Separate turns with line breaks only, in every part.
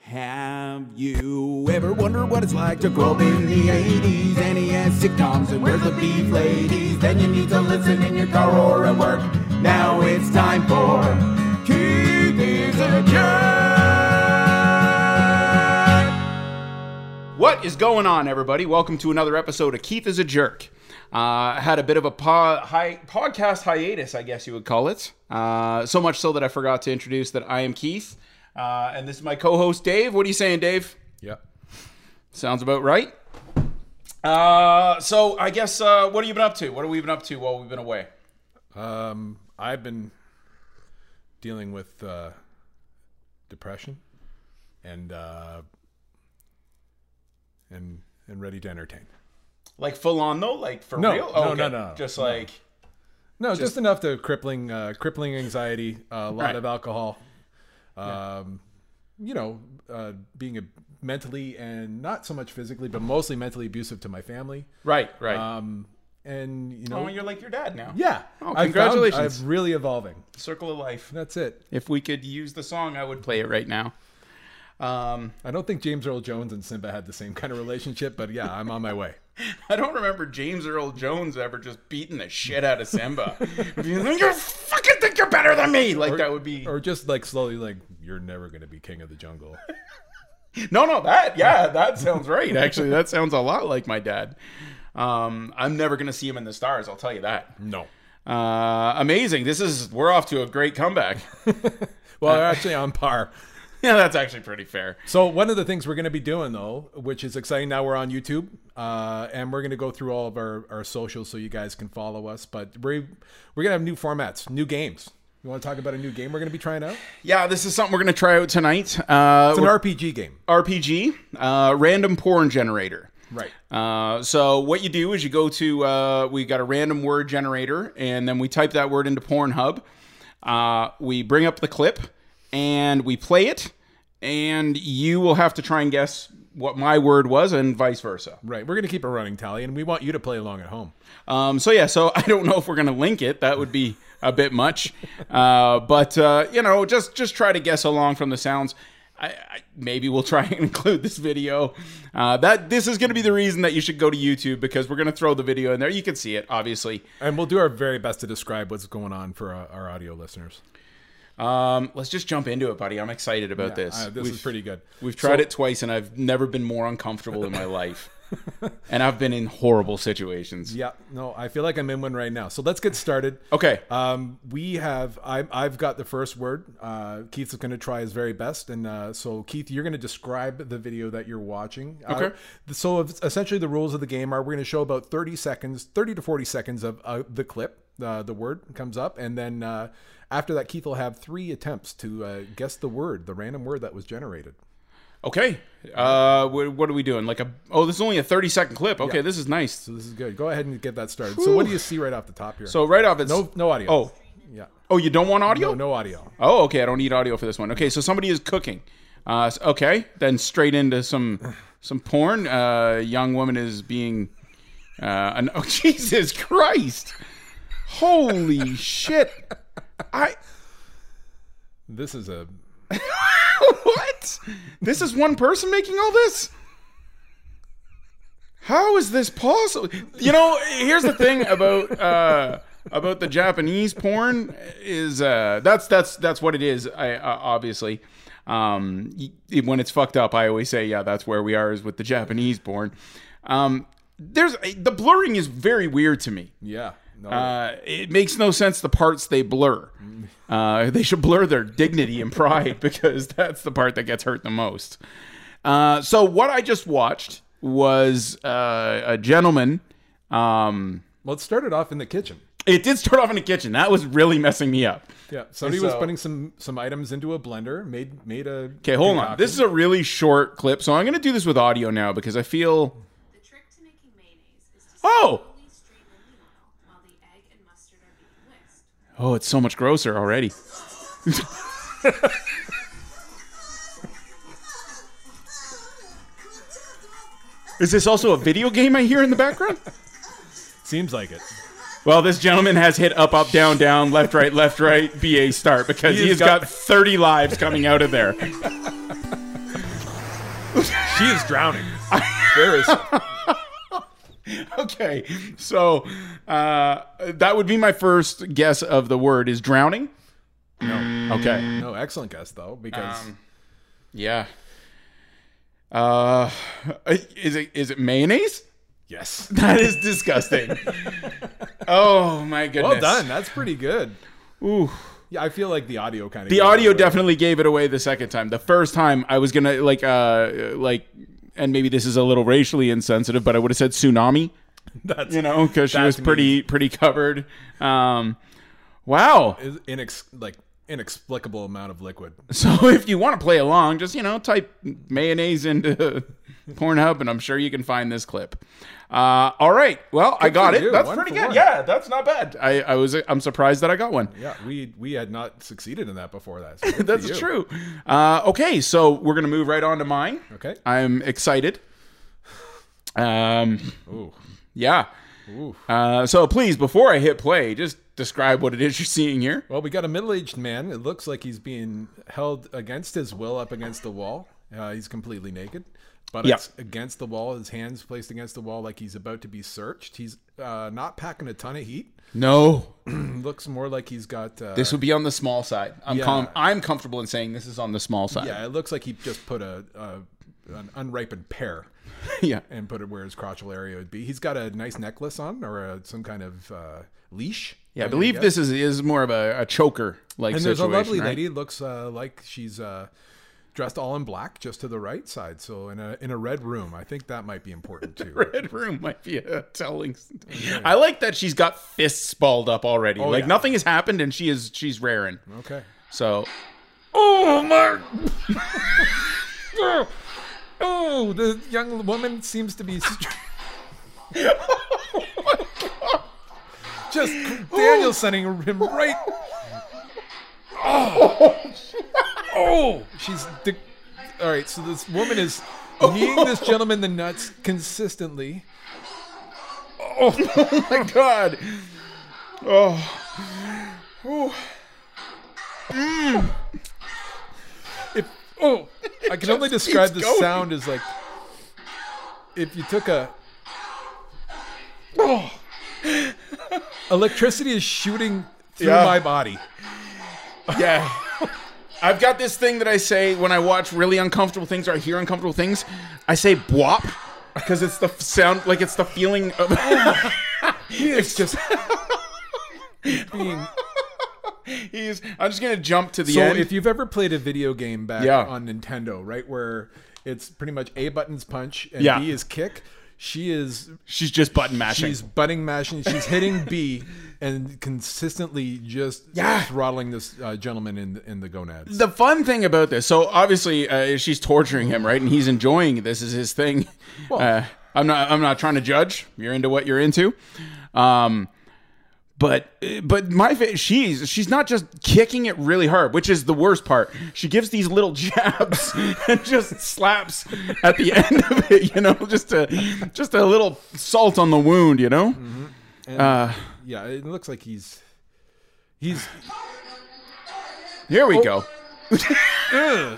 Have you ever wondered what it's like to grow up in the 80s? NES sitcoms and where's the beef ladies? Then you need to listen in your car or at work. Now it's time for Keith is a Jerk.
What is going on, everybody? Welcome to another episode of Keith is a Jerk. Uh, I had a bit of a po- hi- podcast hiatus, I guess you would call it. Uh, so much so that I forgot to introduce that I am Keith, uh, and this is my co-host Dave. What are you saying, Dave?
Yeah.
Sounds about right. Uh, so I guess uh, what have you been up to? What have we been up to while we've been away?
Um, I've been dealing with uh, depression and uh, and and ready to entertain.
Like full on though, like for
No,
real?
no, no, no,
Just
no.
like
No, just, enough to crippling uh, crippling anxiety, uh, a lot
Right.
of alcohol. Um, you know, uh, being a mentally and not so much physically, but mostly mentally abusive to my family.
right, right.
Um, and you know,
oh, you're like your dad now.
yeah.
Oh,
I found
congratulations.
I'm really evolving.
Circle of life.
That's it.
If we could use the song, I would play it right now. Um,
I don't think James Earl Jones and Simba had the same kind of relationship, but yeah, I'm on my way.
I don't remember James Earl Jones ever just beating the shit out of Simba. Being like, you fucking think you're better than me. Like that would be
Or just like slowly, like you're never gonna be king of the jungle.
no, no, that yeah, that sounds right. Actually, that sounds a lot like my dad. Um, I'm never gonna see him in the stars. I'll tell you that.
No.
Uh, amazing. This is we're off to a great comeback. Uh,
Well, they're actually on par.
yeah, that's actually pretty fair.
So one of the things we're gonna be doing though, which is exciting, now we're on YouTube, uh, and we're gonna go through all of our our socials so you guys can follow us. But we're we're gonna have new formats, new games. You want to talk about a new game we're gonna be trying out?
Yeah, this is something we're gonna try out tonight. Uh,
It's an RPG game,
RPG, uh, random porn generator.
right?
Uh, so what you do is you go to uh, we got a random word generator and then we type that word into Pornhub. Uh, we bring up the clip and we play it, and you will have to try and guess what my word was and vice versa.
Right. We're gonna keep a running tally, and we want you to play along at home.
Um, so yeah, so I don't know if we're gonna link it. That would be a bit much, uh, but uh, you know, just just try to guess along from the sounds. I, I, maybe we'll try and include this video. Uh, that this is gonna be the reason that you should go to YouTube because we're gonna throw the video in there. You can see it, obviously.
And we'll do our very best to describe what's going on for uh, our audio listeners.
Um, let's just jump into it, buddy. I'm excited about this.
Uh, this
we've,
is pretty good.
We've tried it twice, and I've never been more uncomfortable in my life. and I've been in horrible situations.
Yeah, no, I feel like I'm in one right now. So let's get started.
Okay.
Um, we have I, I've got the first word. Uh, Keith's going to try his very best, and uh, so Keith, you're going to describe the video that you're watching. Uh,
Okay.
so it's- essentially, the rules of the game are we're going to show about 30 seconds, 30 to 40 seconds of uh, the clip. Uh, the word comes up, and then uh, after that, Keith will have three attempts to uh, guess the word, the random word that was generated.
Okay. Uh, what, what are we doing? Like a oh, this is only a thirty second clip. Okay, this is nice.
So this is good. Go ahead and get that started. So what do you see right off the top here?
So right off, it's
no, no audio.
Oh,
yeah.
oh, you don't want audio?
No, no audio.
Oh, okay. I don't need audio for this one. Okay, so somebody is cooking. Uh, s- okay, then straight into some some porn. Uh, young woman is being. Uh, an, oh Jesus Christ! Holy shit! I
This is a
what? This is one person making all this? How is this possible? You know, here's the thing about uh, about the Japanese porn is uh, that's that's that's what it is. I, uh, obviously, um, y- when it's fucked up, I always say, yeah, that's where we are is with the Japanese porn. Um, there's the blurring is very weird to me.
yeah. No,
Uh, it makes no sense the parts they blur. Uh, they should blur their dignity and pride because that's the part that gets hurt the most. Uh, so what I just watched was uh, a gentleman. Um,
Well, it started off in the kitchen.
it did start off in the kitchen. That was really messing me up.
Yeah, somebody was
So-
putting some some items into a blender, made made a.
Okay, hold on. This is a really short clip, so I'm going to do this with audio now because I feel
The trick to making mayonnaise is to
Oh!
slowly strain the noodle while the egg and mustard are being whisked.
oh, it's so much grosser already. Is this also a video game I hear in the background?
seems like it.
Well, this gentleman has hit up, up, down, down, left, right, left, right, BA start because he,
He
has
has
got, 30 lives coming out of there.
She is drowning. There is.
Okay, so uh, that would be my first guess of the word is drowning.
No,
Okay,
no, excellent guess though, because
yeah. Uh, is it is it mayonnaise?
yes,
That is disgusting. oh my goodness!
well done. That's pretty good.
Ooh.
Yeah, I feel like the audio kind of
The audio definitely gave it away the second time. The first time I was gonna like uh like, and maybe this is a little racially insensitive, but I would have said tsunami.
That's
You know, because she
That
was
to me-
pretty pretty covered. Um, wow.
is inex- like inexplicable amount of liquid.
So if you want to play along, just you know type mayonnaise into Pornhub, and I'm sure you can find this clip. Uh, all right, well I got
for
it.
you.
That's
One
pretty
for
good.
one.
Yeah, that's not bad. I, I was I'm surprised that I got one.
Yeah, we we had not succeeded in that before that. so good for
That's
you.
true. Uh, okay, so we're gonna move right on to mine.
Okay.
I'm excited. Um,
Ooh.
yeah.
Ooh.
Uh, so please, before I hit play, just describe what it is you're seeing here.
Well, we got a middle-aged man. It looks like he's being held against his will up against the wall. Uh, he's completely naked, but
Yeah.
it's against the wall. His hands placed against the wall, like he's about to be searched. He's uh, not packing a ton of heat.
No,
Looks more like he's got. Uh,
this would be on the small side. I'm
Yeah.
com- I'm comfortable in saying this is on the small side.
yeah, it looks like he just put a, a an unripened pear
yeah.
and put it where his crotchal area would be. He's got a nice necklace on or a, some kind of uh, leash.
Yeah, I
I'm gonna
believe
guess.
this is is more of a, a choker like
And
situation.
there's a lovely
right?
lady. Looks uh, like she's uh, dressed all in black, just to the right side. So in a in a red room. I think that might be important too.
Red room might be a telling. I like that she's got fists balled up already. like
Oh, yeah.
nothing has happened, and she is she's raring.
Okay.
So
Oh my!
Oh, the young woman seems to be str- Oh, just Daniel sending him right.
Oh!
She's de- all right. So this woman is kneeing this gentleman in the nuts consistently.
my god. Oh. Ooh.
Oh, I can only
just
describe
keeps
the
going.
sound as like if you took a
Oh.
electricity is shooting through
Yeah.
my body.
Yeah. I've got this thing that I say when I watch really uncomfortable things or I hear uncomfortable things. I say "bwop" because it's the f- sound, like it's the feeling of.
It's just being
He's. I'm just gonna jump to the
so.
end.
If you've ever played a video game back
Yeah.
on Nintendo, right where it's pretty much A button's punch and
Yeah.
B is kick. She is
she's just button mashing.
she's butting mashing. She's hitting B and consistently just
Yeah.
throttling this uh, gentleman in the, in the gonads.
the fun thing about this, so obviously uh, she's torturing him, right? And he's enjoying this is his thing. uh, I'm not. I'm not trying to judge. You're into what you're into. Um, but but my fa- she's she's not just kicking it really hard, which is the worst part. She gives these little jabs and just slaps at the end of it. You know, just a just a little salt on the wound. You know.
Yeah, it looks like he's he's
Here we go.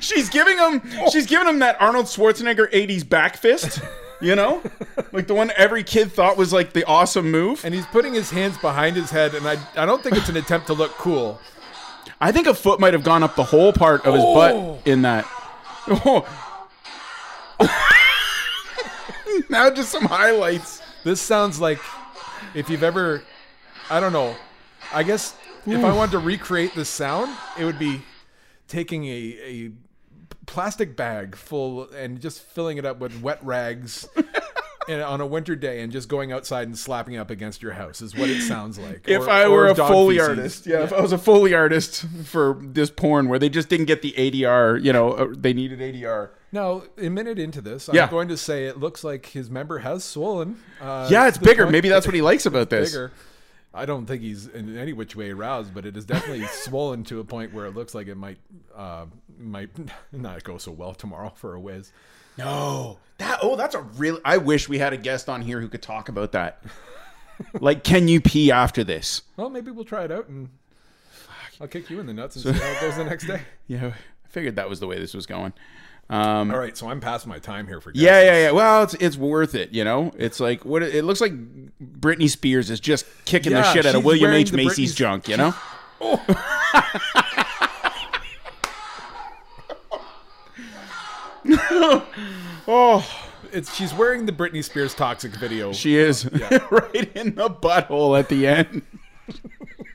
she's giving him she's giving him that Arnold Schwarzenegger 80s back fist, you know? Like the one every kid thought was like the awesome move.
and he's putting his hands behind his head, and I I don't think it's an attempt to look cool.
I think a foot might have gone up the whole part of his butt in that. Oh. now just some highlights.
This sounds like if you've ever, I don't know, I guess if I wanted to recreate this sound, it would be taking a, a plastic bag full and just filling it up with wet rags and on a winter day and just going outside and slapping up against your house is what it sounds like.
If
Or-
I
or
were a
dog
Foley
feces.
artist, yeah, if I was a Foley artist for this porn where they just didn't get the ADR, you know, uh, they needed ADR.
Now, a minute into this,
Yeah.
I'm going to say it looks like his member has swollen. Uh,
Yeah, it's
to the
bigger.
point
Maybe that's what he likes about this.
bigger. I don't think he's in any which way aroused, but it is definitely swollen to a point where it looks like it might uh, might not go so well tomorrow for a whiz.
No, that oh, that's a real. I wish we had a guest on here who could talk about that. like, can you pee after this?
Well, maybe we'll try it out and I'll kick you in the nuts and see how it goes the next day.
Yeah, I figured that was the way this was going. Um,
All right, so I'm past my time here for guesses.
yeah, yeah, yeah. Well, it's it's worth it, you know. It's like what it looks like. Britney Spears is just kicking
Yeah,
the shit out
she's
of William
wearing
H
the
Macy's
Britney's-
junk, you know. Oh.
It's she's wearing the Britney Spears toxic video.
She is right in the butthole at the end.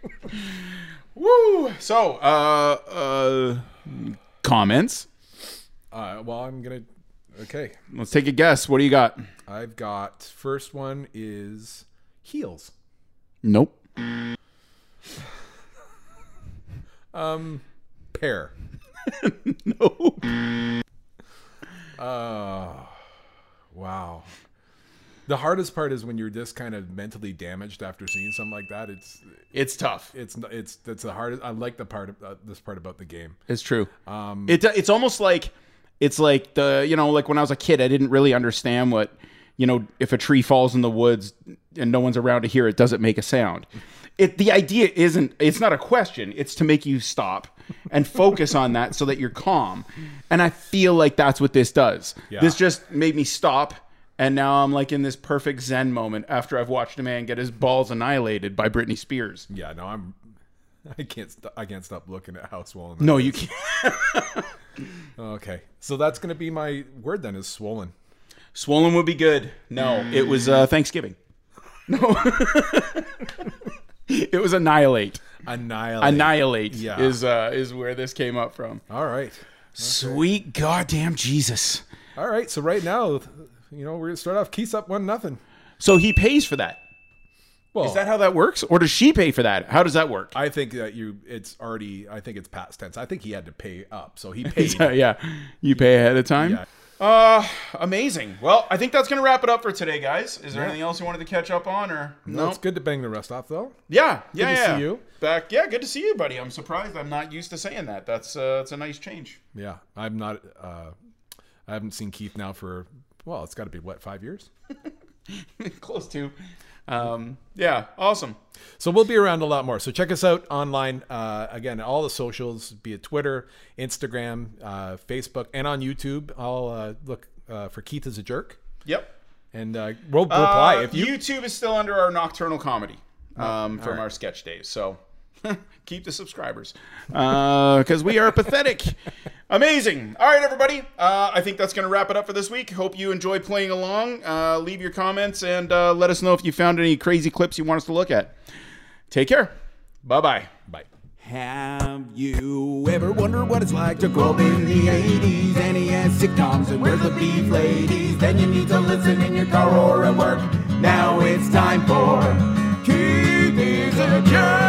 Woo! So, uh, uh, comments.
Uh, well, I'm gonna. Okay,
Let's take a guess. What do you got?
I've got first one is heels.
Nope.
Um, pair.
No.
Oh, wow. The hardest part is when you're this kind of mentally damaged after seeing something like that. It's
It's tough.
it's it's that's the hardest. I like the part of uh, this part about the game.
It's true. Um, it, it's almost like it's like the you know like when I was a kid, I didn't really understand what you know if a tree falls in the woods and no one's around to hear it, does it make a sound? It the idea isn't it's not a question. It's to make you stop and focus on that so that you're calm. And I feel like that's what this does.
Yeah.
This just made me stop. And now I'm like in this perfect Zen moment after I've watched a man get his balls annihilated by Britney Spears.
Yeah, no, I'm. I can't. St- I can't stop looking at how swollen.
No, you can't.
Okay, so that's gonna be my word then. Is swollen.
Swollen would be good. No, it was uh, Thanksgiving. No, it was annihilate.
Annihilate.
Annihilate
Yeah.
is uh, is where this came up from.
All right.
Sweet goddamn Jesus!
All right. So right now, you know, we're gonna start off. Keys up one nothing.
So he pays for that.
Well,
Is that how that works, or does she pay for that? How does that work?
I think that you. It's already. I think it's past tense. I think he had to pay up, so he paid.
yeah, you pay ahead of time.
Yeah.
Uh, amazing. Well, I think that's gonna wrap it up for today, guys. Is there anything else you wanted to catch up on, or
No, it's good to bang the rest off though.
Yeah, yeah,
to see
yeah.
you.
Back, yeah, good to see you, buddy. I'm surprised. I'm not used to saying that. That's uh, that's a nice change.
Yeah, I'm not. Uh, I haven't seen Keith now for well, it's got to be what five years.
close to. Um, yeah, awesome.
So we'll be around a lot more. So check us out online uh, again, all the socials, be it Twitter, Instagram, uh, Facebook, and on YouTube. I'll uh, look uh, for Keith as a jerk,
Yep.
and uh, we'll reply
Uh,
if you. Oh,
YouTube is still under our nocturnal comedy um, from our sketch days, so keep the subscribers because we are pathetic. Amazing. All right, everybody. Uh, I think that's going to wrap it up for this week. Hope you enjoy playing along. Uh, leave your comments and uh, let us know if you found any crazy clips you want us to look at. Take care. Bye bye.
Bye.
Have you ever wondered what it's like to grow up in the 80s? NES sitcoms and where's the beef ladies? Then you need to listen in your car or at work. Now it's time for Keith is a jerk.